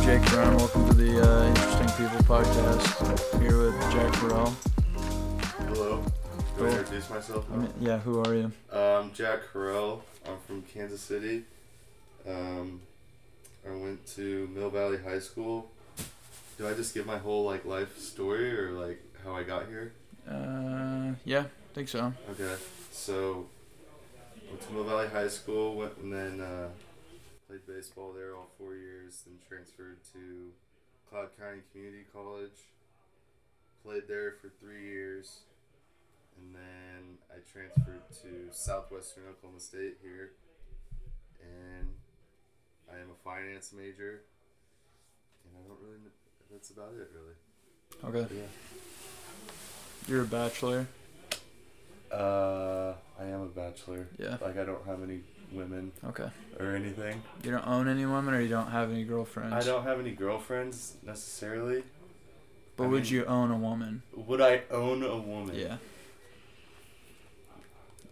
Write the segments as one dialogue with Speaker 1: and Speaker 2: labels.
Speaker 1: Jake Brown. Welcome to the uh, Interesting People podcast. Here with Jack Burrell.
Speaker 2: Hello. Do I
Speaker 1: Cool.
Speaker 2: introduce myself?
Speaker 1: I mean, yeah, who are you?
Speaker 2: Um, Jack Carell. I'm from Kansas City. Um, I went to Mill Valley High School. Do I just give my whole like life story or like how I got here?
Speaker 1: Uh, yeah, I think so.
Speaker 2: Okay. So went to Mill Valley High School, went and then uh, played baseball there all four years, then transferred to Cloud County Community College. Played there for three years, and then I transferred to Southwestern Oklahoma State here, and I am a finance major. And I don't really. kn- That's about it, really.
Speaker 1: Okay,
Speaker 2: Yeah.
Speaker 1: you're a bachelor.
Speaker 2: Uh, I am a bachelor.
Speaker 1: Yeah.
Speaker 2: Like I don't have any women
Speaker 1: Okay,
Speaker 2: or anything.
Speaker 1: you don't own any women, or you don't have any girlfriends.
Speaker 2: I don't have any girlfriends necessarily.
Speaker 1: But
Speaker 2: I
Speaker 1: would
Speaker 2: mean-
Speaker 1: you own a woman?
Speaker 2: Would I own a woman?
Speaker 1: Yeah.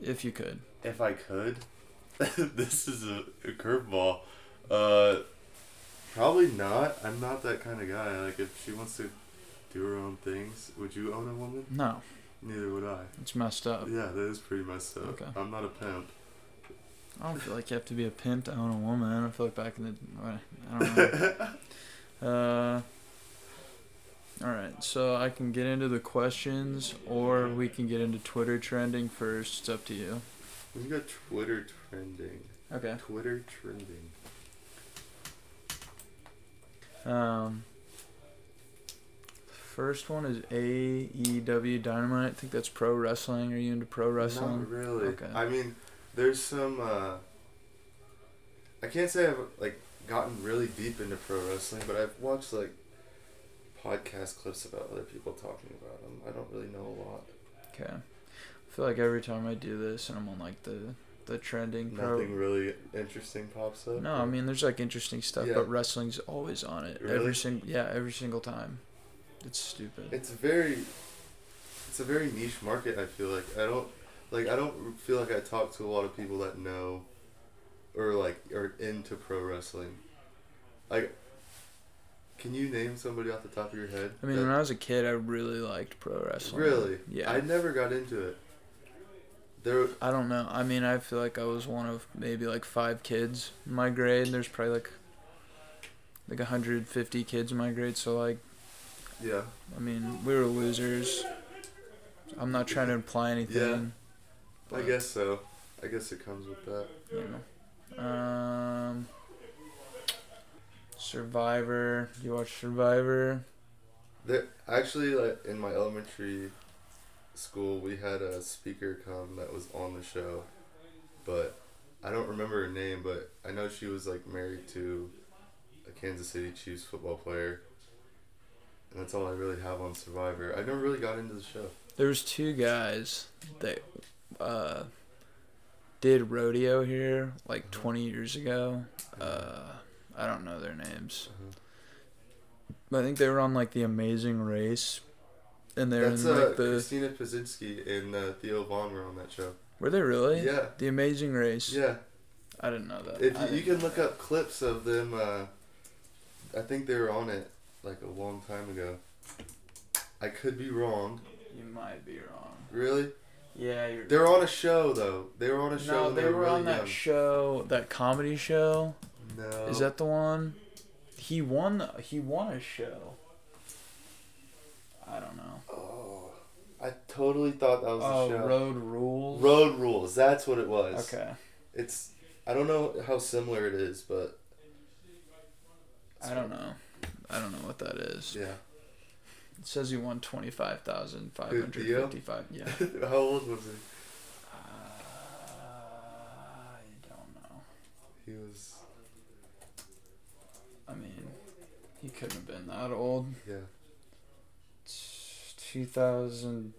Speaker 1: If you could.
Speaker 2: If I could. this is a, a curveball. Uh, probably not. I'm not that kind of guy. Like, if she wants to do her own things, would you own a woman?
Speaker 1: No,
Speaker 2: Neither would I.
Speaker 1: it's messed up.
Speaker 2: Yeah, that is pretty messed up.
Speaker 1: Oh. Okay.
Speaker 2: I'm not a pimp.
Speaker 1: I don't feel like you have to be a pimp to own a woman. I don't feel like back in the. I don't know. uh, all right, so I can get into the questions, or we can get into Twitter trending first. It's up to you.
Speaker 2: We got Twitter trending.
Speaker 1: Okay.
Speaker 2: Twitter trending.
Speaker 1: Um. First one is AEW Dynamite. I think that's pro wrestling. Are you into pro wrestling?
Speaker 2: Not really.
Speaker 1: Okay.
Speaker 2: I mean, there's some. Uh, I can't say I've like gotten really deep into pro wrestling, but I've watched like podcast clips about other people talking about them. I don't really know a lot.
Speaker 1: Okay. I feel like every time I do this, and I'm on like the the trending pro
Speaker 2: Nothing really interesting pops up.
Speaker 1: No, I mean there's like interesting stuff,
Speaker 2: Yeah.
Speaker 1: but wrestling's always on it. Every
Speaker 2: Really?
Speaker 1: single yeah, every single time. It's stupid.
Speaker 2: it's very, it's a very niche market. I feel like I don't, like I don't feel like I talk to a lot of people that know, or like are into pro wrestling. Like, can you name somebody off the top of your head?
Speaker 1: I mean,
Speaker 2: that-
Speaker 1: when I was a kid, I really liked pro wrestling.
Speaker 2: Really?
Speaker 1: Yeah.
Speaker 2: I never got into it. There,
Speaker 1: I don't know. I mean, I feel like I was one of maybe like five kids in my grade. There's probably like like 150 kids in my grade, so like
Speaker 2: yeah.
Speaker 1: I mean, we were losers. I'm not trying to imply anything.
Speaker 2: I guess so. I guess it comes with that.
Speaker 1: You know. Um Survivor. You watch Survivor?
Speaker 2: There, actually, like in my elementary school, we had a speaker come that was on the show, but I don't remember her name. But I know she was like married to a Kansas City Chiefs football player, and that's all I really have on Survivor. I never really got into the show.
Speaker 1: There was two guys that uh, did rodeo here like 20 years ago. Uh, I don't know their names,
Speaker 2: Uh-huh.
Speaker 1: but I think they were on like the Amazing Race, and they're
Speaker 2: That's
Speaker 1: in
Speaker 2: uh,
Speaker 1: like the.
Speaker 2: Christina Pazinski and uh, Theo Vaughn were on that show.
Speaker 1: Were they really?
Speaker 2: Yeah,
Speaker 1: The Amazing Race.
Speaker 2: yeah.
Speaker 1: I didn't know that.
Speaker 2: If
Speaker 1: I
Speaker 2: you, you
Speaker 1: didn't
Speaker 2: can
Speaker 1: know
Speaker 2: look
Speaker 1: that.
Speaker 2: up clips of them, uh, I think they were on it like a long time ago. I could be wrong.
Speaker 1: You might be wrong.
Speaker 2: Really?
Speaker 1: Yeah, you're.
Speaker 2: They were on a show though. They were on a show.
Speaker 1: no,
Speaker 2: when
Speaker 1: they were
Speaker 2: really
Speaker 1: on that
Speaker 2: young.
Speaker 1: show, that comedy show.
Speaker 2: no.
Speaker 1: Is that the one? He won. He won a show. I don't know.
Speaker 2: Oh, I totally thought that was
Speaker 1: Oh,
Speaker 2: the show.
Speaker 1: Road Rules.
Speaker 2: Road Rules. That's what it was.
Speaker 1: Okay.
Speaker 2: It's. I don't know how similar it is, but
Speaker 1: I don't know. I don't know what that is.
Speaker 2: yeah.
Speaker 1: It says he won twenty five thousand five hundred fifty five. Yeah.
Speaker 2: how old was he?
Speaker 1: Uh, I don't know.
Speaker 2: He was.
Speaker 1: I mean, he couldn't have been that old.
Speaker 2: Yeah.
Speaker 1: Two thousand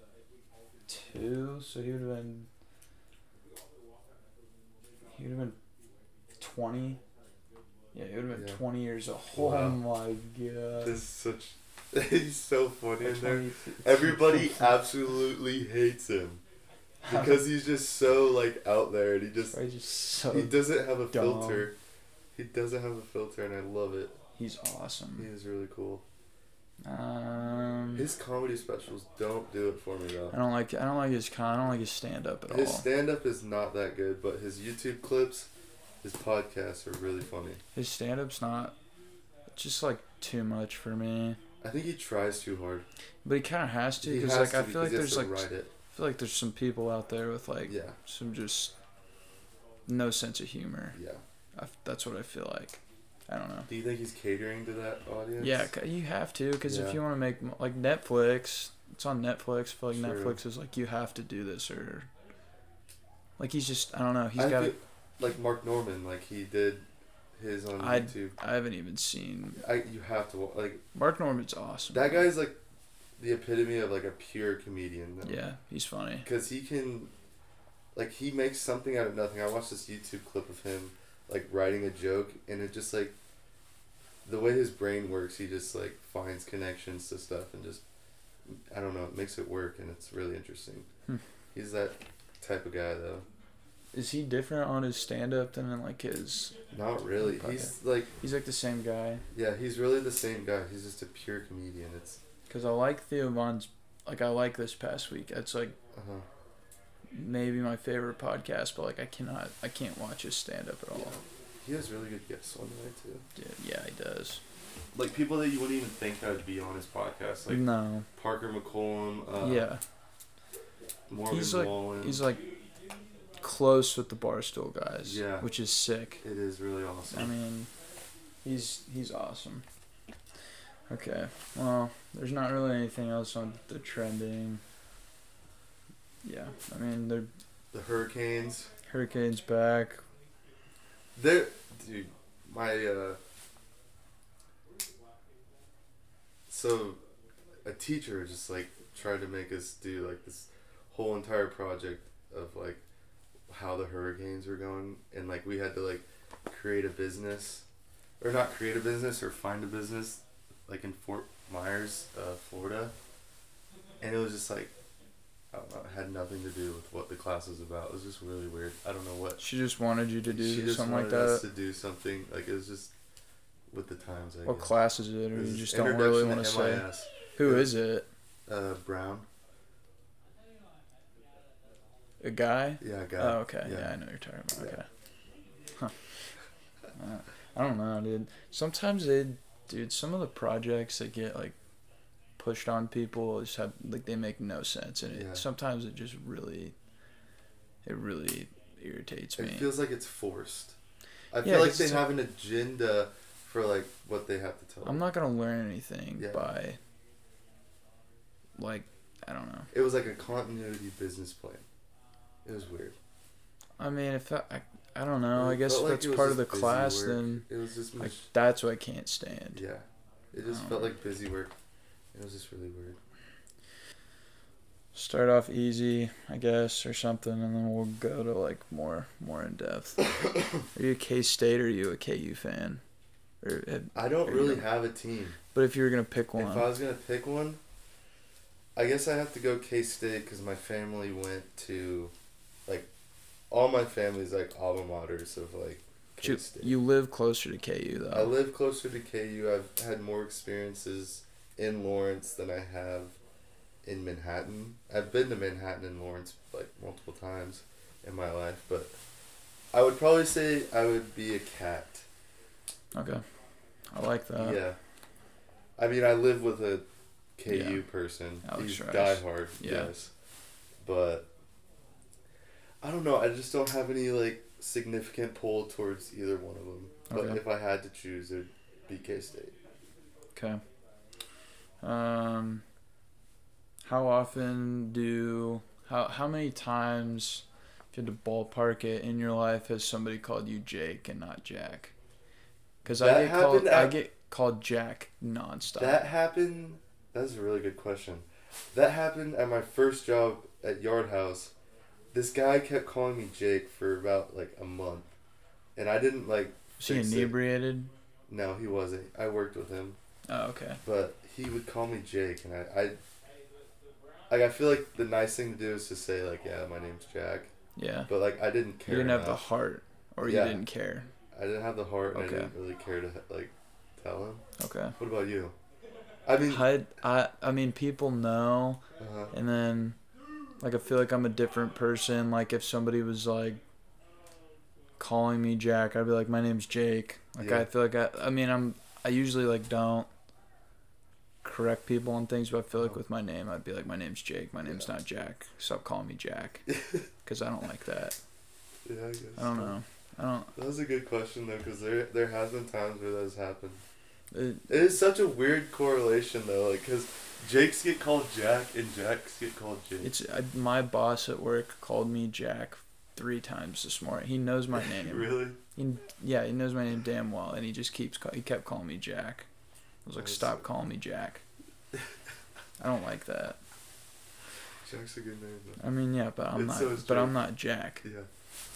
Speaker 1: two. So he would have been. He would have been twenty. Yeah, he would have been
Speaker 2: Yeah.
Speaker 1: twenty years old.
Speaker 2: Wow.
Speaker 1: Oh my god.
Speaker 2: This is such. He's so funny in there.
Speaker 1: 22
Speaker 2: Everybody absolutely hates him because he's just so like out there, and he just
Speaker 1: I just so
Speaker 2: he doesn't have a
Speaker 1: dumb.
Speaker 2: filter. He doesn't have a filter, and I love it.
Speaker 1: He's awesome.
Speaker 2: He is really cool.
Speaker 1: Um,
Speaker 2: His comedy specials don't do it for me
Speaker 1: I
Speaker 2: though.
Speaker 1: don't like I don't like his con. I don't like his stand up at
Speaker 2: His
Speaker 1: all.
Speaker 2: stand up is not that good, but his YouTube clips, his podcasts are really funny.
Speaker 1: his stand up's not just like too much for me.
Speaker 2: I think he tries too hard.
Speaker 1: But he kind of has to
Speaker 2: He
Speaker 1: because
Speaker 2: has
Speaker 1: like
Speaker 2: to
Speaker 1: I feel like
Speaker 2: because
Speaker 1: there's
Speaker 2: he has
Speaker 1: like
Speaker 2: to write it.
Speaker 1: I feel like there's some people out there with like
Speaker 2: Yeah,
Speaker 1: some just no sense of humor.
Speaker 2: yeah.
Speaker 1: I, that's what I feel like. I don't know.
Speaker 2: Do you think he's catering to that audience?
Speaker 1: Yeah, 'cause you have to because
Speaker 2: Yeah.
Speaker 1: if you want to make mo- like Netflix, it's on Netflix. I feel like
Speaker 2: True.
Speaker 1: Netflix is like you have to do this or like he's just I don't know. He's
Speaker 2: I
Speaker 1: got.
Speaker 2: feel- like Mark Norman, like he did his on
Speaker 1: I'd-
Speaker 2: YouTube.
Speaker 1: I haven't even seen
Speaker 2: I you have to wa- like
Speaker 1: Mark Norman's awesome.
Speaker 2: that guy's like the epitome of like a pure comedian. though.
Speaker 1: Yeah, he's funny.
Speaker 2: because he can like he makes something out of nothing i watched this youtube clip of him like writing a joke and it just like the way his brain works he just like finds connections to stuff and just i don't know it makes it work and it's really interesting
Speaker 1: Hmm.
Speaker 2: he's that type of guy though
Speaker 1: Is he different on his stand up than in like his?
Speaker 2: not really
Speaker 1: Okay.
Speaker 2: he's like
Speaker 1: He's like the same guy.
Speaker 2: yeah he's really the same guy he's just a pure comedian it's
Speaker 1: Cause I like Theo Von's. Like I like this past week. That's like
Speaker 2: uh
Speaker 1: maybe my favorite podcast, but like I cannot, I can't watch his stand up at all.
Speaker 2: he has really good guests on there too
Speaker 1: Dude, yeah, he does.
Speaker 2: like people that you wouldn't even think that would be on his podcast like
Speaker 1: no,
Speaker 2: parker mccollum uh,
Speaker 1: Mm. yeah,
Speaker 2: Morgan
Speaker 1: He's like-
Speaker 2: Wallen.
Speaker 1: he's like close with the Barstool guys.
Speaker 2: Yeah.
Speaker 1: which is sick.
Speaker 2: it is really awesome.
Speaker 1: I mean, he's he's awesome. Okay, well, there's not really anything else on the trending. Yeah, I mean the
Speaker 2: the Hurricanes.
Speaker 1: hurricane's back.
Speaker 2: They're dude, my uh so a teacher just like tried to make us do like this whole entire project of like how the hurricanes were going and like we had to like create a business or not create a business or find a business like in Fort Myers, uh, Florida. And it was just like I don't know, it had nothing to do with what the class was about. It was just really weird. I don't know what
Speaker 1: She just wanted you to do
Speaker 2: she just
Speaker 1: something like
Speaker 2: wanted us
Speaker 1: that.
Speaker 2: to do something like it was just with the times. I
Speaker 1: What
Speaker 2: guess.
Speaker 1: class is it,
Speaker 2: It
Speaker 1: or
Speaker 2: was
Speaker 1: you
Speaker 2: this
Speaker 1: just don't
Speaker 2: introduction
Speaker 1: really want to say?
Speaker 2: MIS,
Speaker 1: Who is it?
Speaker 2: Uh, Brown.
Speaker 1: A guy?
Speaker 2: Yeah, guy.
Speaker 1: Oh, okay. Yeah.
Speaker 2: Yeah.
Speaker 1: I know what you're talking about.
Speaker 2: Yeah.
Speaker 1: Okay. Huh. Uh, I don't know, dude. Sometimes they, dude, some of the projects that get like pushed on people just have like they make no sense, and
Speaker 2: Yeah.
Speaker 1: it, sometimes it just really, it really irritates
Speaker 2: it
Speaker 1: me.
Speaker 2: feels like it's forced. I
Speaker 1: Yeah,
Speaker 2: feel like
Speaker 1: 'cause
Speaker 2: they
Speaker 1: it's
Speaker 2: have an agenda for like what they have to tell.
Speaker 1: I'm
Speaker 2: us.
Speaker 1: not gonna learn anything
Speaker 2: Yeah.
Speaker 1: by, like, I don't know.
Speaker 2: It was like a continuity business plan. It was weird.
Speaker 1: I mean, if I, I, I don't know. I
Speaker 2: It
Speaker 1: guess
Speaker 2: felt
Speaker 1: if
Speaker 2: like
Speaker 1: that's
Speaker 2: it was
Speaker 1: part of
Speaker 2: just
Speaker 1: the
Speaker 2: busy
Speaker 1: class,
Speaker 2: work.
Speaker 1: then
Speaker 2: it was just
Speaker 1: like
Speaker 2: mach-
Speaker 1: that's what I can't stand.
Speaker 2: yeah. It just
Speaker 1: Um,
Speaker 2: felt like busy work. It was just really weird.
Speaker 1: start off easy, I guess, or something, and then we'll go to like more more in depth. are you a K State or are you a KU fan? Or, eh,
Speaker 2: I don't
Speaker 1: There you
Speaker 2: really
Speaker 1: go.
Speaker 2: have a team.
Speaker 1: but if you were gonna pick
Speaker 2: If I
Speaker 1: one,
Speaker 2: was gonna pick one, I guess I have to go K State because my family went to, like, all my family's like alma maters of like
Speaker 1: but you,
Speaker 2: K State.
Speaker 1: you uh, live closer to KU though.
Speaker 2: I live closer to KU. I've had more experiences in Lawrence than I have in Manhattan. I've been to Manhattan and Lawrence like multiple times in my life, but I would probably say I would be a cat.
Speaker 1: okay, I like that.
Speaker 2: yeah. I mean, I live with a KU person.
Speaker 1: Alex
Speaker 2: He's
Speaker 1: Rice.
Speaker 2: diehard.
Speaker 1: Yeah.
Speaker 2: Yes. But I don't know. I just don't have any like significant pull towards either one of them. But
Speaker 1: Okay.
Speaker 2: if I had to choose, it'd be K State.
Speaker 1: Okay. Um, how often do how how many times if you had to ballpark it in your life has somebody called you Jake and not Jack? Because I
Speaker 2: That
Speaker 1: get called
Speaker 2: happened
Speaker 1: I
Speaker 2: at-
Speaker 1: get called Jack nonstop.
Speaker 2: That happened. That's a really good question. That happened at my first job at Yard House. This guy kept calling me Jake for about like a month, and I didn't like.
Speaker 1: Was he
Speaker 2: fix it.
Speaker 1: inebriated?
Speaker 2: No, he wasn't. I worked with him.
Speaker 1: Oh, okay.
Speaker 2: but he would call me Jake, and I, I, like, I feel like the nice thing to do is to say like, yeah, my name's Jack,
Speaker 1: Yeah.
Speaker 2: but like, I didn't care.
Speaker 1: you didn't have the
Speaker 2: enough.
Speaker 1: heart, or
Speaker 2: Yeah.
Speaker 1: you didn't care.
Speaker 2: I didn't have the heart, and
Speaker 1: Okay.
Speaker 2: I didn't really care to like, to Pelham.
Speaker 1: Okay.
Speaker 2: What about you? I mean,
Speaker 1: I, I, I mean, people know,
Speaker 2: uh-huh.
Speaker 1: and then, like, I feel like I'm a different person. Like, if somebody was, like, calling me Jack, I'd be like, my name's Jake. Like,
Speaker 2: Yeah.
Speaker 1: I feel like I, I mean, I'm, I usually, like, don't correct people on things, but I feel like with my name, I'd be like, my name's Jake. My name's not Jack. Stop calling me Jack. Because I don't like that.
Speaker 2: yeah, I guess.
Speaker 1: I don't know. I don't,
Speaker 2: That was a good question though, because there there has been times where that has happened.
Speaker 1: it,
Speaker 2: It is such a weird correlation though, like because Jakes get called Jack and Jacks get called Jake.
Speaker 1: It's I, my boss at work called me Jack three times this morning. He knows my name.
Speaker 2: really?
Speaker 1: He- yeah, he knows my name damn well, and he just keeps call, he kept calling me Jack. I was like,
Speaker 2: That's-
Speaker 1: stop calling me Jack. I don't like that.
Speaker 2: Jack's a good name though.
Speaker 1: I mean, yeah, but I'm
Speaker 2: And
Speaker 1: not.
Speaker 2: so is
Speaker 1: but I'm
Speaker 2: Jake.
Speaker 1: not Jack.
Speaker 2: Yeah.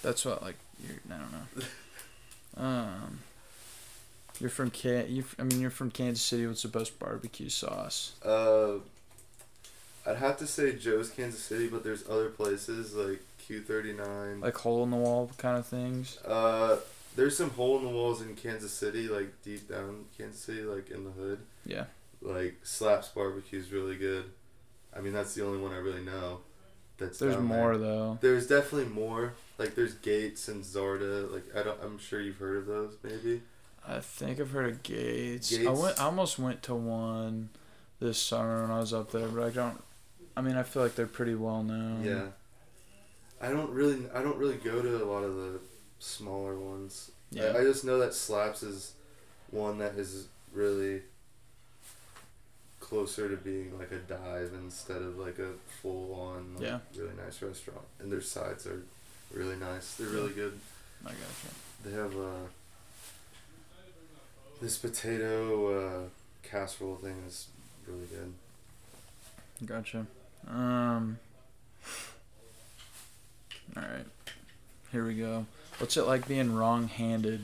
Speaker 1: That's what like you're. I don't know. Um, you're from Can. You. I mean, you're from Kansas City. What's the best barbecue sauce?
Speaker 2: Uh, I'd have to say Joe's Kansas City, but there's other places like Q39.
Speaker 1: Like hole in the wall kind of things.
Speaker 2: uh, there's some hole in the walls in Kansas City, like deep down Kansas City, like in the hood.
Speaker 1: Yeah.
Speaker 2: Like Slaps Barbecue's really good. I mean, that's the only one I really know. That's
Speaker 1: There's
Speaker 2: down there.
Speaker 1: more though.
Speaker 2: There's definitely more. Like there's Gates and Zarda. Like I don't. I'm sure you've heard of those. Maybe.
Speaker 1: I think I've heard of Gates. I
Speaker 2: Gates?
Speaker 1: went. I almost went to one this summer when I was up there, but I don't. I mean, I feel like they're pretty well known.
Speaker 2: yeah. I don't really. I don't really go to a lot of the smaller ones.
Speaker 1: Yeah.
Speaker 2: I, I just know that Slaps is one that is really closer to being like a dive instead of like a full on like,
Speaker 1: Yeah.
Speaker 2: really nice restaurant. And their sides are really nice. They're really good.
Speaker 1: I gotcha.
Speaker 2: They have uh, this potato uh, casserole thing is really good.
Speaker 1: Gotcha. Um. All right. Here we go. What's it like being wrong-handed?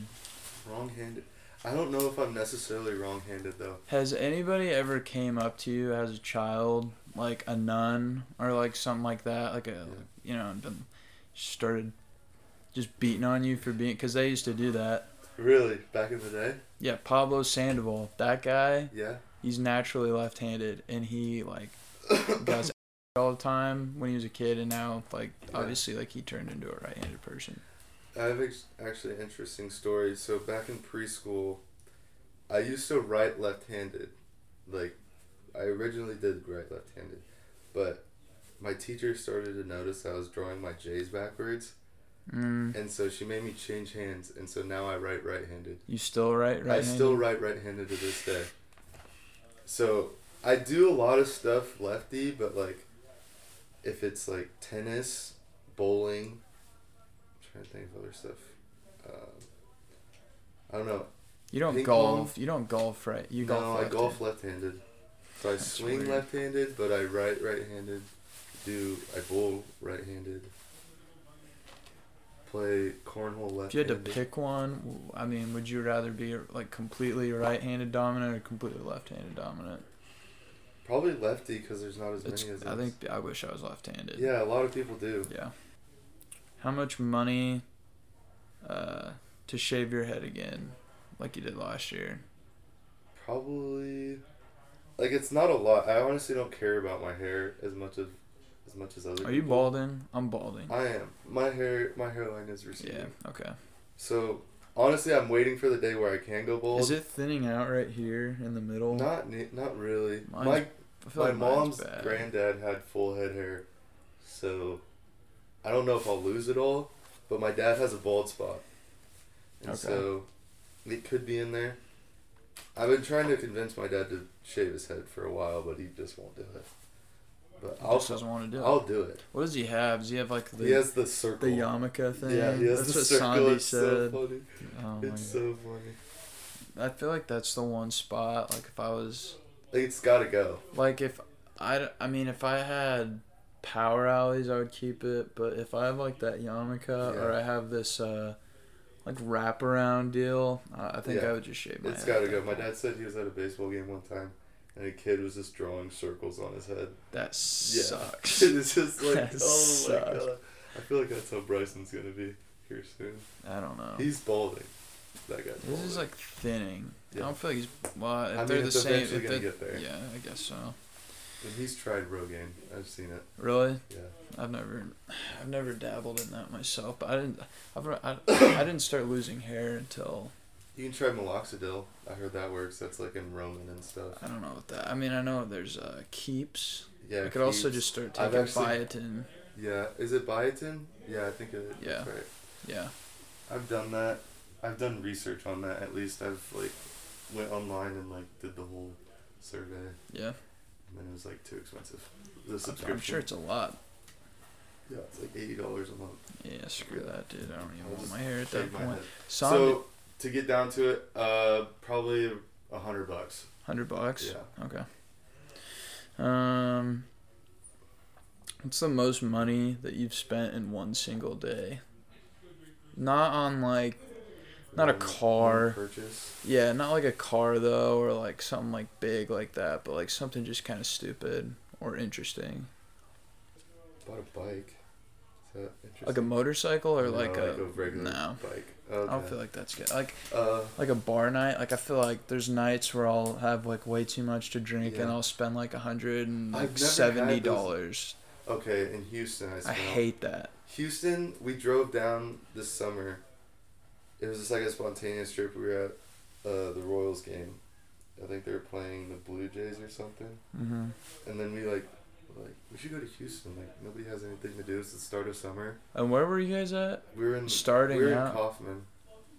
Speaker 2: Wrong-handed. I don't know if I'm necessarily wrong-handed though.
Speaker 1: Has anybody ever came up to you as a child, like a nun or like something like that, like a you know, and been started just beating on you for being because they used to do that.
Speaker 2: Really, back in the day,
Speaker 1: Yeah, Pablo Sandoval. That guy,
Speaker 2: yeah.
Speaker 1: he's naturally left-handed, and he like got his all the time when he was a kid, and now like
Speaker 2: Yeah.
Speaker 1: obviously like he turned into a right-handed person.
Speaker 2: I have ex- actually an interesting story. So back in preschool, I used to write left-handed. Like, I originally did write left-handed, but my teacher started to notice I was drawing my J's backwards,
Speaker 1: Mm,
Speaker 2: and so she made me change hands, and so now I write right-handed.
Speaker 1: you still right?
Speaker 2: I
Speaker 1: Right.
Speaker 2: still write right-handed to this day. So I do a lot of stuff lefty, but like, if it's like tennis, bowling, I'm trying to think of other stuff. Um, I don't know.
Speaker 1: You don't
Speaker 2: ping
Speaker 1: golf. You don't golf right. You
Speaker 2: no,
Speaker 1: golf.
Speaker 2: I golf left-handed. So I
Speaker 1: That's
Speaker 2: swing
Speaker 1: weird.
Speaker 2: left-handed, but I write right-handed. Do I bowl right-handed? Play cornhole left-handed.
Speaker 1: If you had to pick one, w- I mean, would you rather be like completely right-handed dominant or completely left-handed dominant?
Speaker 2: probably lefty because there's not as many
Speaker 1: It's,
Speaker 2: as
Speaker 1: I
Speaker 2: us.
Speaker 1: think I wish I was left-handed.
Speaker 2: Yeah, a lot of people do.
Speaker 1: Yeah. How much money uh, to shave your head again, like you did last year?
Speaker 2: Probably, like it's not a lot. I honestly don't care about my hair as much as as much as other.
Speaker 1: Are you
Speaker 2: people.
Speaker 1: balding? I'm balding.
Speaker 2: I am. My hair, my hairline is receding.
Speaker 1: Yeah. Okay.
Speaker 2: So honestly, I'm waiting for the day where I can go bald.
Speaker 1: Is it thinning out right here in the middle?
Speaker 2: Not ne- not really.
Speaker 1: Mine's
Speaker 2: my
Speaker 1: I feel
Speaker 2: my
Speaker 1: like mine's
Speaker 2: mom's
Speaker 1: bad.
Speaker 2: granddad had full head hair, so I don't know if I'll lose it all. But my dad has a bald spot, and
Speaker 1: Okay.
Speaker 2: so it could be in there. I've been trying to convince my dad to shave his head for a while, but he just won't do it. But
Speaker 1: He
Speaker 2: I'll
Speaker 1: just doesn't want to do it.
Speaker 2: I'll do it.
Speaker 1: What does he have? Does he have like the
Speaker 2: he has the circle.
Speaker 1: the yarmulke thing?
Speaker 2: Yeah, he has
Speaker 1: that's
Speaker 2: the
Speaker 1: what
Speaker 2: circle.
Speaker 1: Sandy
Speaker 2: It's so
Speaker 1: said.
Speaker 2: funny.
Speaker 1: oh my
Speaker 2: it's
Speaker 1: god.
Speaker 2: so funny.
Speaker 1: I feel like that's the one spot. Like if I was
Speaker 2: Like, it's gotta go.
Speaker 1: Like if I, I mean, if I had power alleys, I would keep it. But if I have like that yarmulke or
Speaker 2: Yeah.
Speaker 1: I have this uh, like wraparound deal, uh, I think
Speaker 2: Yeah.
Speaker 1: I would just shave my.
Speaker 2: It's
Speaker 1: head.
Speaker 2: gotta go. My dad said he was at a baseball game one time, and a kid was just drawing circles on his head.
Speaker 1: That
Speaker 2: Yeah.
Speaker 1: sucks.
Speaker 2: it's just like,
Speaker 1: That
Speaker 2: oh
Speaker 1: sucks.
Speaker 2: my god. I feel like that's how Bryson's gonna be here soon.
Speaker 1: I don't know.
Speaker 2: He's balding. that got
Speaker 1: Oh. This is
Speaker 2: older.
Speaker 1: like thinning.
Speaker 2: Yeah.
Speaker 1: I don't feel like he's. Well, if
Speaker 2: I mean,
Speaker 1: they're the
Speaker 2: it's
Speaker 1: same.
Speaker 2: eventually
Speaker 1: if
Speaker 2: gonna
Speaker 1: they-
Speaker 2: get there.
Speaker 1: Yeah, I guess so.
Speaker 2: But he's tried Rogaine. I've seen it.
Speaker 1: Really,
Speaker 2: Yeah.
Speaker 1: I've never, I've never dabbled in that myself. But I didn't. I've, I, I didn't start losing hair until
Speaker 2: You can try Maloxidil. I heard that works. That's like in Roman and stuff.
Speaker 1: I don't know what that. I mean, I know there's uh, keeps.
Speaker 2: Yeah.
Speaker 1: I could also
Speaker 2: Keats.
Speaker 1: just start
Speaker 2: I've
Speaker 1: taking
Speaker 2: actually-
Speaker 1: biotin.
Speaker 2: Yeah. Is it biotin? Yeah, I think it,
Speaker 1: Yeah.
Speaker 2: that's right.
Speaker 1: Yeah.
Speaker 2: I've done that. I've done research on that. At least I've like went online and like did the whole survey, and
Speaker 1: Yeah.
Speaker 2: then it was like too expensive. The
Speaker 1: I'm-
Speaker 2: subscription.
Speaker 1: I'm sure it's a lot.
Speaker 2: yeah, it's like eighty dollars a month.
Speaker 1: Yeah, screw that, dude. I don't
Speaker 2: I'll
Speaker 1: even want
Speaker 2: just
Speaker 1: my hair at that
Speaker 2: shave my
Speaker 1: point.
Speaker 2: head.
Speaker 1: Somni-
Speaker 2: So to get down to it, uh, probably a hundred bucks.
Speaker 1: hundred bucks.
Speaker 2: Yeah.
Speaker 1: Okay. Um, what's the most money that you've spent in one single day? Not on like, Not a
Speaker 2: One-
Speaker 1: car.
Speaker 2: one Purchase.
Speaker 1: yeah, not like a car though, or like something like big like that, but like something just kind of stupid or interesting,
Speaker 2: Bought a bike. Is that interesting?
Speaker 1: like a motorcycle or
Speaker 2: No,
Speaker 1: like, a,
Speaker 2: regular
Speaker 1: no.
Speaker 2: bike.
Speaker 1: I
Speaker 2: Okay.
Speaker 1: don't feel like that's good. Like
Speaker 2: Uh,
Speaker 1: like a bar night. Like I feel like there's nights where I'll have like way too much to drink and
Speaker 2: Yeah.
Speaker 1: I'll spend like a hundred and
Speaker 2: I've
Speaker 1: like
Speaker 2: never had
Speaker 1: seventy
Speaker 2: those-
Speaker 1: dollars.
Speaker 2: okay, in Houston, I
Speaker 1: I
Speaker 2: spent
Speaker 1: hate that.
Speaker 2: Houston, we drove down this summer. It was just like a spontaneous trip. We were at uh, the Royals game. I think they were playing the Blue Jays or something.
Speaker 1: hmm
Speaker 2: And then we like, were like we should go to Houston. Like nobody has anything to do. It's the start of summer.
Speaker 1: And where were you guys at?
Speaker 2: We were in
Speaker 1: Starting
Speaker 2: we were in
Speaker 1: out.
Speaker 2: Kauffman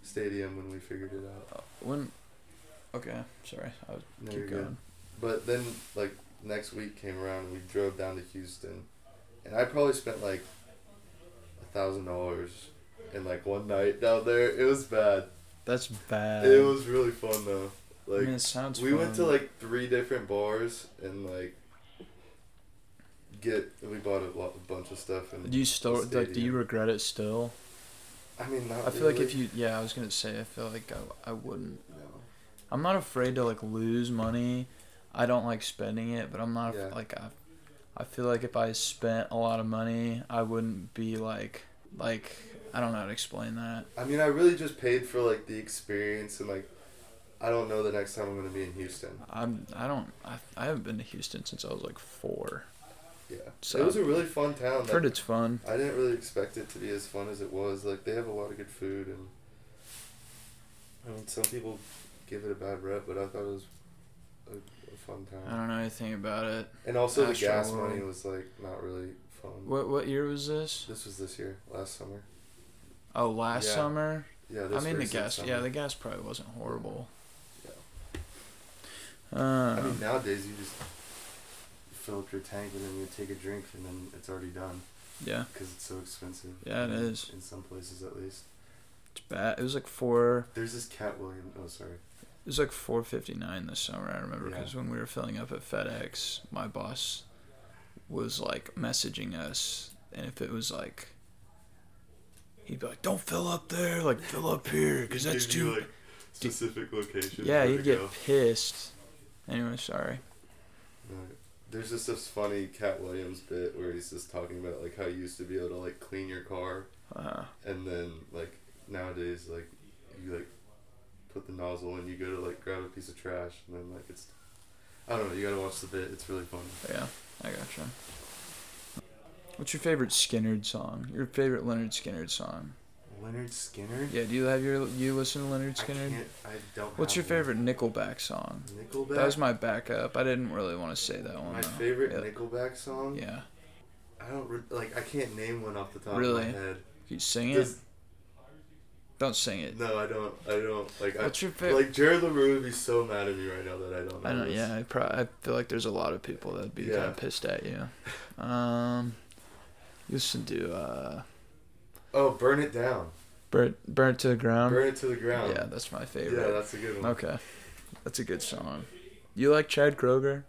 Speaker 2: Stadium when we figured it out.
Speaker 1: When? Okay, sorry. I was
Speaker 2: No,
Speaker 1: keep
Speaker 2: you're good.
Speaker 1: going.
Speaker 2: But then like next week came around. and We drove down to Houston, and I probably spent like a thousand dollars in like one night down there. It was bad.
Speaker 1: That's bad.
Speaker 2: It was really fun though.
Speaker 1: I mean,
Speaker 2: Like
Speaker 1: it sounds.
Speaker 2: we went to
Speaker 1: fun.
Speaker 2: like three different bars and like get we bought a, lot, a bunch of stuff and
Speaker 1: Do you still
Speaker 2: the
Speaker 1: like? Do you
Speaker 2: stadium.
Speaker 1: regret it still?
Speaker 2: I mean not
Speaker 1: I feel like
Speaker 2: really.
Speaker 1: if you, yeah, I was gonna say, I feel like I, I wouldn't.
Speaker 2: No.
Speaker 1: I'm not afraid to like lose money. I don't like spending it, but I'm not af-
Speaker 2: Yeah.
Speaker 1: like I. I feel like if I spent a lot of money, I wouldn't be like like I don't know how to explain that.
Speaker 2: I mean I really just paid for like the experience and like I don't know the next time I'm gonna be in Houston.
Speaker 1: I'm I don't I, I haven't been to Houston since I was like four.
Speaker 2: Yeah.
Speaker 1: So-
Speaker 2: it was a really fun town.
Speaker 1: I've heard
Speaker 2: Like,
Speaker 1: it's fun.
Speaker 2: I didn't really expect it to be as fun as it was. Like they have a lot of good food and I mean some people give it a bad rep, but I thought it was a, a fun town.
Speaker 1: I don't know anything about it.
Speaker 2: And also the
Speaker 1: Astro
Speaker 2: gas
Speaker 1: World.
Speaker 2: money was like not really fun.
Speaker 1: What what year was this?
Speaker 2: This was this year, last summer.
Speaker 1: Oh, last
Speaker 2: Yeah.
Speaker 1: summer.
Speaker 2: Yeah,
Speaker 1: I
Speaker 2: this
Speaker 1: mean the
Speaker 2: recent
Speaker 1: gas.
Speaker 2: summer.
Speaker 1: Yeah, the gas probably wasn't horrible.
Speaker 2: Yeah.
Speaker 1: Um,
Speaker 2: I mean nowadays you just fill up your tank and then you take a drink and then it's already done
Speaker 1: yeah,
Speaker 2: because it's so expensive.
Speaker 1: Yeah, it
Speaker 2: in-
Speaker 1: is.
Speaker 2: In some places at least.
Speaker 1: it's bad. It was like four.
Speaker 2: There's this Cat William. Oh, sorry.
Speaker 1: It was like four fifty nine this summer. I remember
Speaker 2: Yeah.
Speaker 1: because when we were filling up at FedEx, my boss was like messaging us, and if it was like. He'd be like, "Don't fill up there, like fill up here, because
Speaker 2: He
Speaker 1: that's
Speaker 2: gives you,
Speaker 1: too."
Speaker 2: like, specific location.
Speaker 1: Yeah,
Speaker 2: where to
Speaker 1: you'd get
Speaker 2: go.
Speaker 1: pissed. Anyway, sorry.
Speaker 2: No, There's just this funny Cat Williams bit where he's just talking about like how you used to be able to like clean your car
Speaker 1: Uh,
Speaker 2: and then like nowadays like you like put the nozzle and you go to like grab a piece of trash and then like it's I don't know you gotta watch the bit it's really fun
Speaker 1: but yeah, I gotcha. What's your favorite Skinnerd song? Your favorite Leonard Skinnerd song?
Speaker 2: Leonard Skinner
Speaker 1: Yeah, do you have your you listen to Leonard
Speaker 2: I,
Speaker 1: Skinner?
Speaker 2: can't, I don't
Speaker 1: What's your
Speaker 2: have
Speaker 1: favorite Nickelback song?
Speaker 2: one. Nickelback
Speaker 1: That was my backup. I didn't really want to say that one.
Speaker 2: my
Speaker 1: though.
Speaker 2: favorite
Speaker 1: Yeah.
Speaker 2: Nickelback song
Speaker 1: yeah.
Speaker 2: I don't re- like I can't name one off the top
Speaker 1: Really?
Speaker 2: of my head
Speaker 1: If you sing it,
Speaker 2: Does-
Speaker 1: don't sing it.
Speaker 2: no I don't I don't like I
Speaker 1: What's your favorite?
Speaker 2: like Jared LaRue would be so mad at me right now that I don't know
Speaker 1: I don't.
Speaker 2: this.
Speaker 1: Yeah, I pro- I feel like there's a lot of people that'd be
Speaker 2: Yeah.
Speaker 1: kind of pissed at you. Um, you listen to uh,
Speaker 2: oh Burn It Down
Speaker 1: burn burn it to the ground.
Speaker 2: Burn It to the Ground
Speaker 1: Um, Yeah, that's my
Speaker 2: yeah
Speaker 1: favorite.
Speaker 2: that's a good one
Speaker 1: okay, that's a good song. You like Chad Kroger?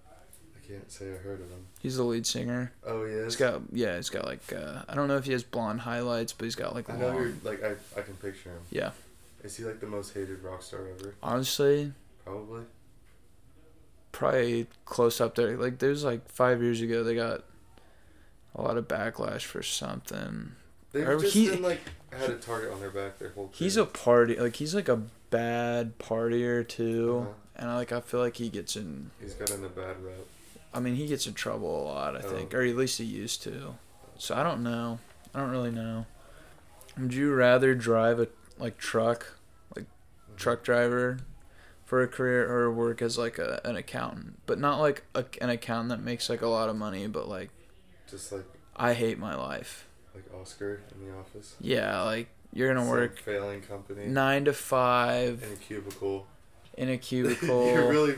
Speaker 2: I can't say I heard of him
Speaker 1: He's the lead singer.
Speaker 2: oh yeah
Speaker 1: He's got yeah, he's got like uh, I don't know if he has blonde highlights, but he's got like
Speaker 2: I know you're
Speaker 1: long.
Speaker 2: like I, I can picture him.
Speaker 1: Yeah,
Speaker 2: Is he like the most hated rock star ever?
Speaker 1: honestly,
Speaker 2: Probably.
Speaker 1: probably close up there. Like there's like five years ago, they got a lot of backlash for something.
Speaker 2: They've
Speaker 1: Or
Speaker 2: just
Speaker 1: he-
Speaker 2: been like had a target on their back their whole.
Speaker 1: He's a
Speaker 2: career.
Speaker 1: party like he's like a bad partier too,
Speaker 2: Uh-huh.
Speaker 1: and I, like I feel like he gets in.
Speaker 2: He's gotten a bad rep.
Speaker 1: I mean, he gets in trouble a lot. I
Speaker 2: Oh.
Speaker 1: think, or at least he used to. So I don't know. I don't really know. Would you rather drive a like truck, like truck driver, for a career, or work as like a, an accountant, but not like a, an accountant that makes like a lot of money, but like
Speaker 2: Just like
Speaker 1: I hate my life.
Speaker 2: like Oscar in the office.
Speaker 1: Yeah, like you're gonna
Speaker 2: Some
Speaker 1: work
Speaker 2: Failing company.
Speaker 1: nine to five
Speaker 2: in a cubicle.
Speaker 1: in a cubicle.
Speaker 2: You're really.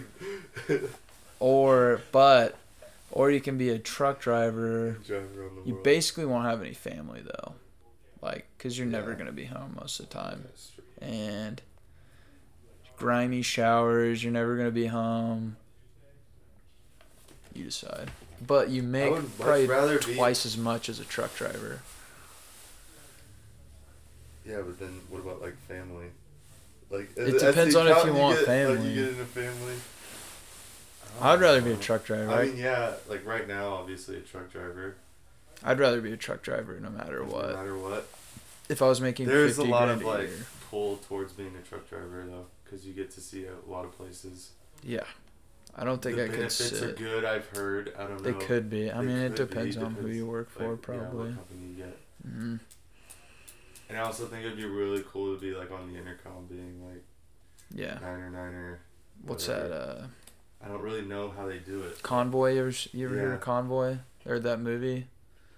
Speaker 1: or but or you can be a truck driver
Speaker 2: driving around the
Speaker 1: you
Speaker 2: world.
Speaker 1: basically won't have any family though like because you're never
Speaker 2: Yeah.
Speaker 1: going to be home most of the time
Speaker 2: That's true.
Speaker 1: and grimy showers you're never going to be home you decide but you make
Speaker 2: would much
Speaker 1: probably
Speaker 2: rather be-
Speaker 1: twice as much as a truck driver
Speaker 2: Yeah, but then what about like family? Like
Speaker 1: It
Speaker 2: as the
Speaker 1: depends on if
Speaker 2: accountant,
Speaker 1: you want
Speaker 2: get,
Speaker 1: family.
Speaker 2: Like, you get in a family. I
Speaker 1: i'd
Speaker 2: don't
Speaker 1: rather be a
Speaker 2: know.
Speaker 1: truck driver
Speaker 2: Oh, I
Speaker 1: I
Speaker 2: mean, yeah, like right now, obviously a truck driver.
Speaker 1: i'd rather be a truck driver no matter
Speaker 2: No
Speaker 1: what
Speaker 2: matter what.
Speaker 1: if i was making
Speaker 2: There's a
Speaker 1: 50
Speaker 2: lot
Speaker 1: grand
Speaker 2: of
Speaker 1: a
Speaker 2: like
Speaker 1: year.
Speaker 2: pull towards being a truck driver though, because you get to see a lot of places.
Speaker 1: yeah i don't think
Speaker 2: the
Speaker 1: i could
Speaker 2: benefits
Speaker 1: sit
Speaker 2: are good. I've heard. I don't
Speaker 1: They
Speaker 2: know.
Speaker 1: could be. I
Speaker 2: They
Speaker 1: mean, it
Speaker 2: could be,
Speaker 1: depends on who
Speaker 2: depends,
Speaker 1: you work
Speaker 2: like, yeah,
Speaker 1: for,
Speaker 2: what
Speaker 1: probably.
Speaker 2: company you get.
Speaker 1: hmm
Speaker 2: And I also think it'd be really cool to be like on the intercom, being like
Speaker 1: Yeah.
Speaker 2: niner niner.
Speaker 1: What's
Speaker 2: whatever.
Speaker 1: that? Uh,
Speaker 2: I don't really know how they do it.
Speaker 1: Convoy. You ever, s- you ever hear
Speaker 2: Yeah.
Speaker 1: of Convoy? Or that movie?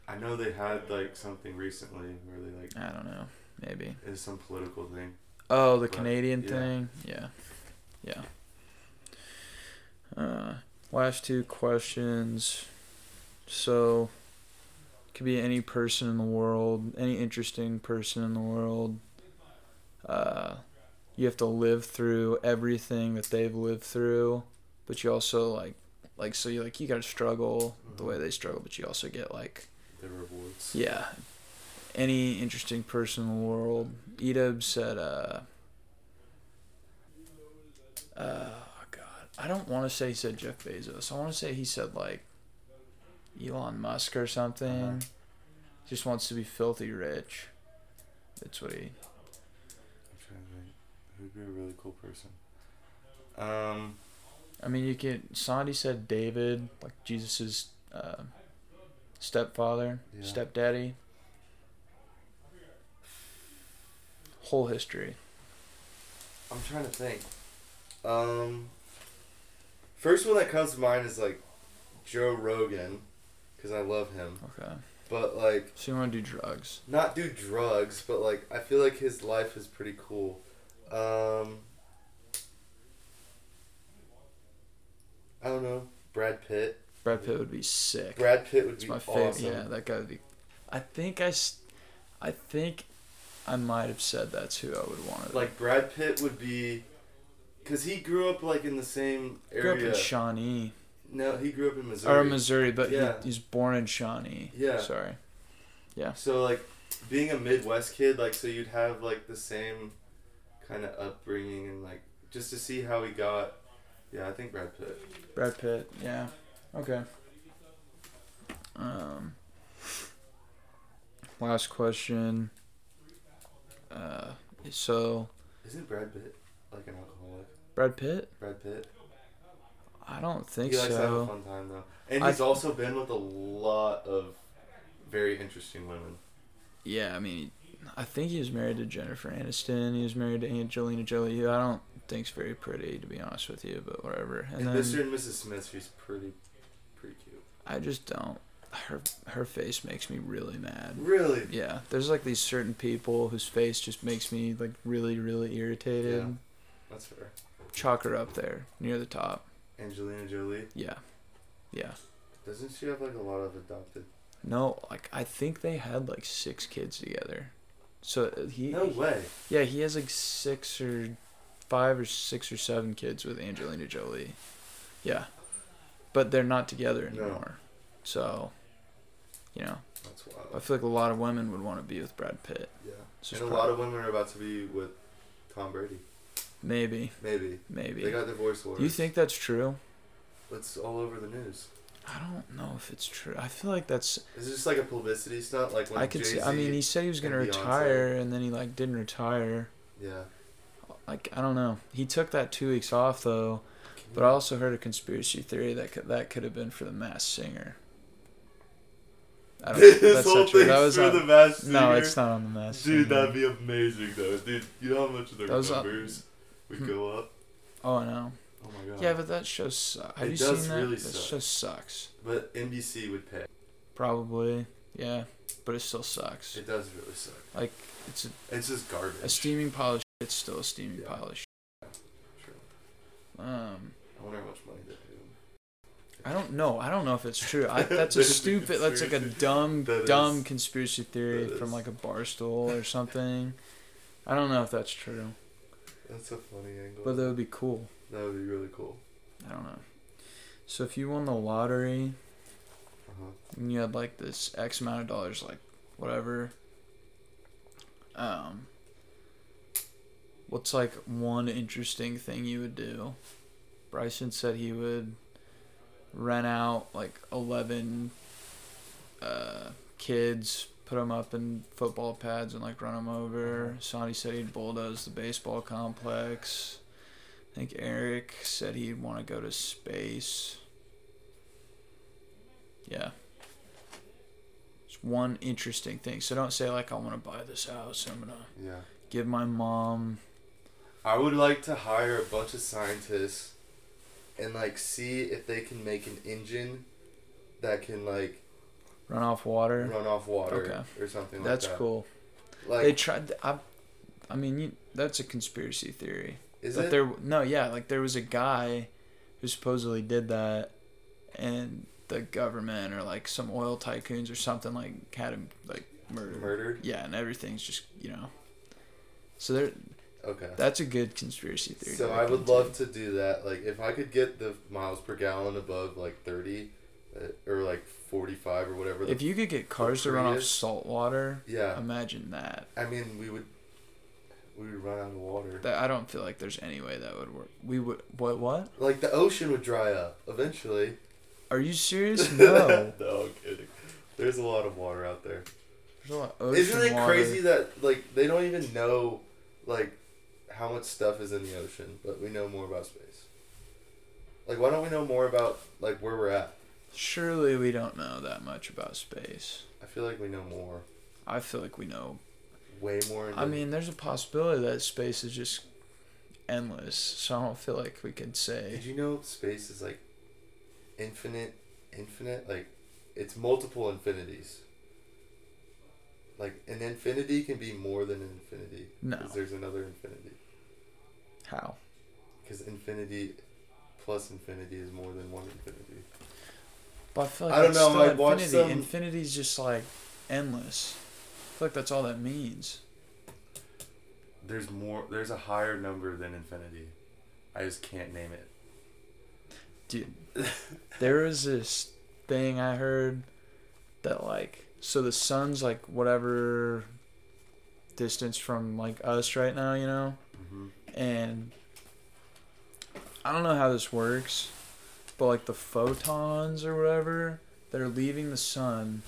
Speaker 2: I know they had like something recently where they like
Speaker 1: I don't know. Maybe.
Speaker 2: is some political thing.
Speaker 1: Oh, the
Speaker 2: But,
Speaker 1: Canadian
Speaker 2: yeah.
Speaker 1: thing. Yeah. Yeah. Uh, last two questions. So, could be any person in the world, any interesting person in the world. Uh, you have to live through everything that they've lived through, but you also like, like so you like you gotta struggle the
Speaker 2: Mm-hmm.
Speaker 1: way they struggle, but you also get like
Speaker 2: The rewards.
Speaker 1: yeah. Any interesting person in the world. Edub said, uh, uh, God, I don't want to say he said Jeff Bezos. I want to say he said, like, Elon Musk or something.
Speaker 2: Uh-huh.
Speaker 1: Just wants to be filthy rich. That's what he.
Speaker 2: I'm trying to think. Who'd be a really cool person? Um,
Speaker 1: I mean, you can. Sandy said David, like Jesus's uh, stepfather,
Speaker 2: Yeah.
Speaker 1: stepdaddy. Whole history.
Speaker 2: I'm trying to think. Um, first one that comes to mind is like Joe Rogan, because I love him.
Speaker 1: Okay.
Speaker 2: But like,
Speaker 1: So you want to do drugs?
Speaker 2: not do drugs, but like I feel like his life is pretty cool. Um, I don't know, Brad Pitt.
Speaker 1: Brad Pitt would be sick.
Speaker 2: Brad Pitt would
Speaker 1: It's
Speaker 2: be
Speaker 1: my favorite.
Speaker 2: awesome.
Speaker 1: Yeah, that guy would be. I think I, s- I think, I might have said that's who I would want to
Speaker 2: Like Brad Pitt would be, cause he grew up like in the same area.
Speaker 1: Grew up in Shawnee
Speaker 2: no, he grew up in Missouri.
Speaker 1: or Missouri, but
Speaker 2: Yeah.
Speaker 1: he, he's born in Shawnee.
Speaker 2: Yeah.
Speaker 1: Sorry.
Speaker 2: So like, being a Midwest kid, like so you'd have like the same kind of upbringing and like just to see how he got. Yeah, I think Brad Pitt.
Speaker 1: Brad Pitt. Yeah. Okay. Um. Last question. Uh. So
Speaker 2: Isn't Brad Pitt like an alcoholic?
Speaker 1: Brad Pitt?
Speaker 2: Brad Pitt.
Speaker 1: I don't think
Speaker 2: he likes to have a
Speaker 1: so.
Speaker 2: fun time though, and
Speaker 1: I-
Speaker 2: he's also been with a lot of very interesting women.
Speaker 1: Yeah, I mean, I think he was married to Jennifer Aniston. He was married to Angelina Jolie. who I don't think's very pretty, to be honest with you, but whatever. And
Speaker 2: And Mr.
Speaker 1: then
Speaker 2: and Mrs. Smith, she's pretty, pretty cute.
Speaker 1: I just don't. Her her face makes me really mad.
Speaker 2: Really?
Speaker 1: Yeah, there's like these certain people whose face just makes me like really really irritated.
Speaker 2: Yeah. That's fair.
Speaker 1: Chalk her up there near the top.
Speaker 2: Angelina Jolie.
Speaker 1: Yeah, yeah.
Speaker 2: Doesn't she have like a lot of adopted?
Speaker 1: No, like I think they had like six kids together. So uh, he
Speaker 2: No way.
Speaker 1: Yeah, he has like six or five or six or seven kids with Angelina Jolie. Yeah. But they're not together
Speaker 2: No.
Speaker 1: anymore. So, you know,
Speaker 2: That's
Speaker 1: I
Speaker 2: wild.
Speaker 1: feel like a lot of women would want to be with Brad Pitt.
Speaker 2: Yeah.
Speaker 1: So
Speaker 2: And
Speaker 1: it's
Speaker 2: a lot
Speaker 1: prob-
Speaker 2: of women are about to be with Tom Brady.
Speaker 1: Maybe,
Speaker 2: Maybe.
Speaker 1: maybe.
Speaker 2: They got divorce
Speaker 1: Do
Speaker 2: lawyers.
Speaker 1: you think that's true?
Speaker 2: It's all over the news.
Speaker 1: I don't know if it's true. I feel like that's.
Speaker 2: It's just like a publicity stunt, like when
Speaker 1: I could see. I
Speaker 2: Jay-Z
Speaker 1: mean, he said he was gonna
Speaker 2: and Beyonce.
Speaker 1: retire, and then he like didn't retire.
Speaker 2: Yeah.
Speaker 1: I like I don't know. He took that two weeks off though, but I also heard a conspiracy theory that could, that could have been for the Mass Singer. I don't.
Speaker 2: this
Speaker 1: that's
Speaker 2: whole
Speaker 1: not true.
Speaker 2: thing's
Speaker 1: That was
Speaker 2: for
Speaker 1: on,
Speaker 2: the mass
Speaker 1: no,
Speaker 2: singer.
Speaker 1: it's not on the Mass
Speaker 2: Dude,
Speaker 1: Singer.
Speaker 2: that'd be amazing though. Dude, you know how much of their
Speaker 1: Those are-
Speaker 2: numbers would go up?
Speaker 1: oh no.
Speaker 2: Oh my god.
Speaker 1: Hmm. Yeah, but that show sucks. Have
Speaker 2: It
Speaker 1: you
Speaker 2: does
Speaker 1: seen that?
Speaker 2: really
Speaker 1: that
Speaker 2: suck.
Speaker 1: show sucks.
Speaker 2: But NBC would pay.
Speaker 1: Probably. Yeah, but it still sucks.
Speaker 2: It does really suck.
Speaker 1: Like it's
Speaker 2: It's just garbage.
Speaker 1: a, a steaming pile of shit. It's still a steaming
Speaker 2: Yeah.
Speaker 1: pile of shit.
Speaker 2: True.
Speaker 1: Um,
Speaker 2: I wonder how much money they pay
Speaker 1: I don't know. I don't know if it's true. I, that's a
Speaker 2: There's a
Speaker 1: stupid. That's like a
Speaker 2: conspiracy.
Speaker 1: dumb,
Speaker 2: That
Speaker 1: dumb
Speaker 2: is-
Speaker 1: conspiracy theory
Speaker 2: that
Speaker 1: from
Speaker 2: is.
Speaker 1: like a bar stool or something. I don't know if that's true,
Speaker 2: That's a funny angle.
Speaker 1: but that would be cool.
Speaker 2: that would be really cool.
Speaker 1: I don't know. So if you won the lottery
Speaker 2: Uh-huh.
Speaker 1: and you had like this X amount of dollars, like whatever, um, what's like one interesting thing you would do? Bryson said he would rent out like 11 uh, kids, put them up in football pads and like run them over. Sonny said he'd bulldoze the baseball complex. I think Eric said he'd want to go to space. Yeah. It's one interesting thing. So don't say like I want to buy this house. I'm gonna
Speaker 2: Yeah.
Speaker 1: give my mom.
Speaker 2: I would like to hire a bunch of scientists and like see if they can make an engine that can like
Speaker 1: Run off water.
Speaker 2: run off water
Speaker 1: Okay.
Speaker 2: or something
Speaker 1: That's
Speaker 2: like that.
Speaker 1: cool.
Speaker 2: Like
Speaker 1: they tried. I, I mean, you, that's a conspiracy theory.
Speaker 2: is
Speaker 1: that
Speaker 2: it
Speaker 1: there? No, yeah, like there was a guy who supposedly did that, and the government or like some oil tycoons or something like had him like murdered.
Speaker 2: murdered?
Speaker 1: Yeah, and everything's just you know. So there,
Speaker 2: Okay.
Speaker 1: that's a good conspiracy theory.
Speaker 2: So
Speaker 1: to
Speaker 2: I
Speaker 1: look
Speaker 2: would
Speaker 1: into.
Speaker 2: love to do that. Like if I could get the miles per gallon above like thirty, uh, or like forty-five or whatever. The,
Speaker 1: If you Um, could get cars to run off
Speaker 2: Prius.
Speaker 1: salt water,
Speaker 2: yeah,
Speaker 1: imagine that.
Speaker 2: I mean we would, we would run out of water.
Speaker 1: That I don't feel like there's any way that would work. We would what what?
Speaker 2: Like the ocean would dry up eventually.
Speaker 1: Are you serious? No.
Speaker 2: no, I'm kidding. There's a lot of water out there.
Speaker 1: There's a lot of ocean
Speaker 2: Isn't it
Speaker 1: water.
Speaker 2: crazy that like they don't even know like how much stuff is in the ocean, but we know more about space. Like why don't we know more about like where we're at?
Speaker 1: Surely we don't know that much about space.
Speaker 2: I feel like we know more,
Speaker 1: I feel like we know.
Speaker 2: way more.
Speaker 1: I
Speaker 2: than-
Speaker 1: mean, there's a possibility that space is just endless. So I don't feel like we could say
Speaker 2: Did you know space is like infinite, infinite? Like it's multiple infinities. Like an infinity can be more than an infinity.
Speaker 1: No.
Speaker 2: Because there's another infinity.
Speaker 1: how.
Speaker 2: Because infinity plus infinity is more than one infinity.
Speaker 1: But I feel like
Speaker 2: I don't
Speaker 1: that's
Speaker 2: know,
Speaker 1: still
Speaker 2: I watched
Speaker 1: infinity.
Speaker 2: some-
Speaker 1: Infinity's just like endless. I feel like that's all that means.
Speaker 2: There's more. There's a higher number than infinity. I just can't name it.
Speaker 1: Dude, there is this thing I heard that like so the sun's like whatever distance from like us right now, you know,
Speaker 2: Mm-hmm.
Speaker 1: and I don't know how this works, but like the photons or whatever that are leaving the sun,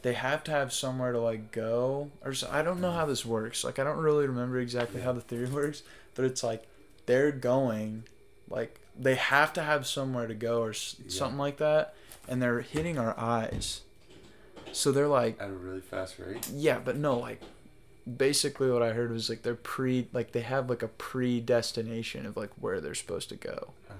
Speaker 1: they have to have somewhere to like go or so, I don't know how this works. Like I don't really remember exactly how the theory works, but it's like they're going like they have to have somewhere to go or s-
Speaker 2: Yeah.
Speaker 1: something like that and they're hitting our eyes. So they're like
Speaker 2: At a really fast rate.
Speaker 1: yeah, but no, like basically what I heard was like they're pre like they have like a predestination of like where they're supposed to go.
Speaker 2: Uh-huh.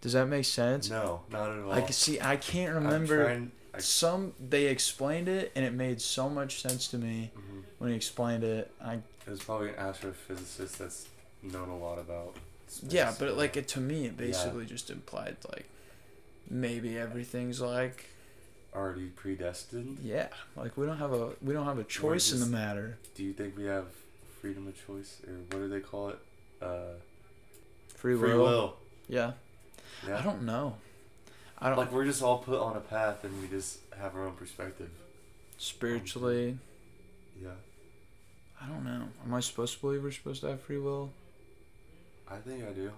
Speaker 1: Does that make sense?
Speaker 2: No, not at all.
Speaker 1: Like see, I can't
Speaker 2: I'm
Speaker 1: remember
Speaker 2: trying- I-
Speaker 1: some they explained it and it made so much sense to me
Speaker 2: mhm.
Speaker 1: when he explained it. I
Speaker 2: There's probably an astrophysicist that's known a lot about. Space.
Speaker 1: yeah, but like it to me it basically just implied like maybe everything's like
Speaker 2: already predestined.
Speaker 1: yeah, like we don't have a we don't have a choice in
Speaker 2: just-
Speaker 1: the matter.
Speaker 2: Do you think we have freedom of choice, or what do they call it? Uh,
Speaker 1: Free will. Yeah.
Speaker 2: Yeah.
Speaker 1: I don't know. I don't
Speaker 2: like we're just all put on a path, and we just have our own perspective.
Speaker 1: spiritually
Speaker 2: Yeah.
Speaker 1: I don't know. Am I supposed to believe we're supposed to have free will?
Speaker 2: I think I do.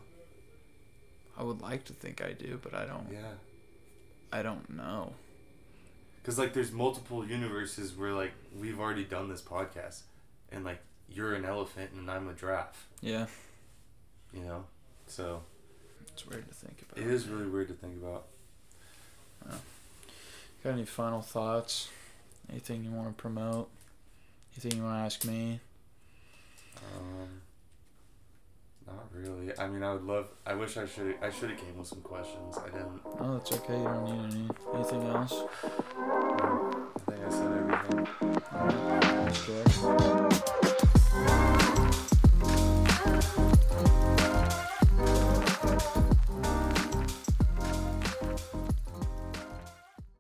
Speaker 1: I would like to think I do, but I don't.
Speaker 2: Yeah.
Speaker 1: I don't know.
Speaker 2: Because like, there's multiple universes where like we've already done this podcast, and like you're an elephant and I'm a giraffe.
Speaker 1: Yeah.
Speaker 2: You know, so
Speaker 1: It's weird to think about.
Speaker 2: it is really weird to think about.
Speaker 1: Got any final thoughts? Anything you want to promote? Anything you want to ask me?
Speaker 2: Um, not really. I mean, I would love. I wish I should. I should have came with some questions. I didn't.
Speaker 1: No, it's okay. You don't need any. Anything else?
Speaker 2: Um,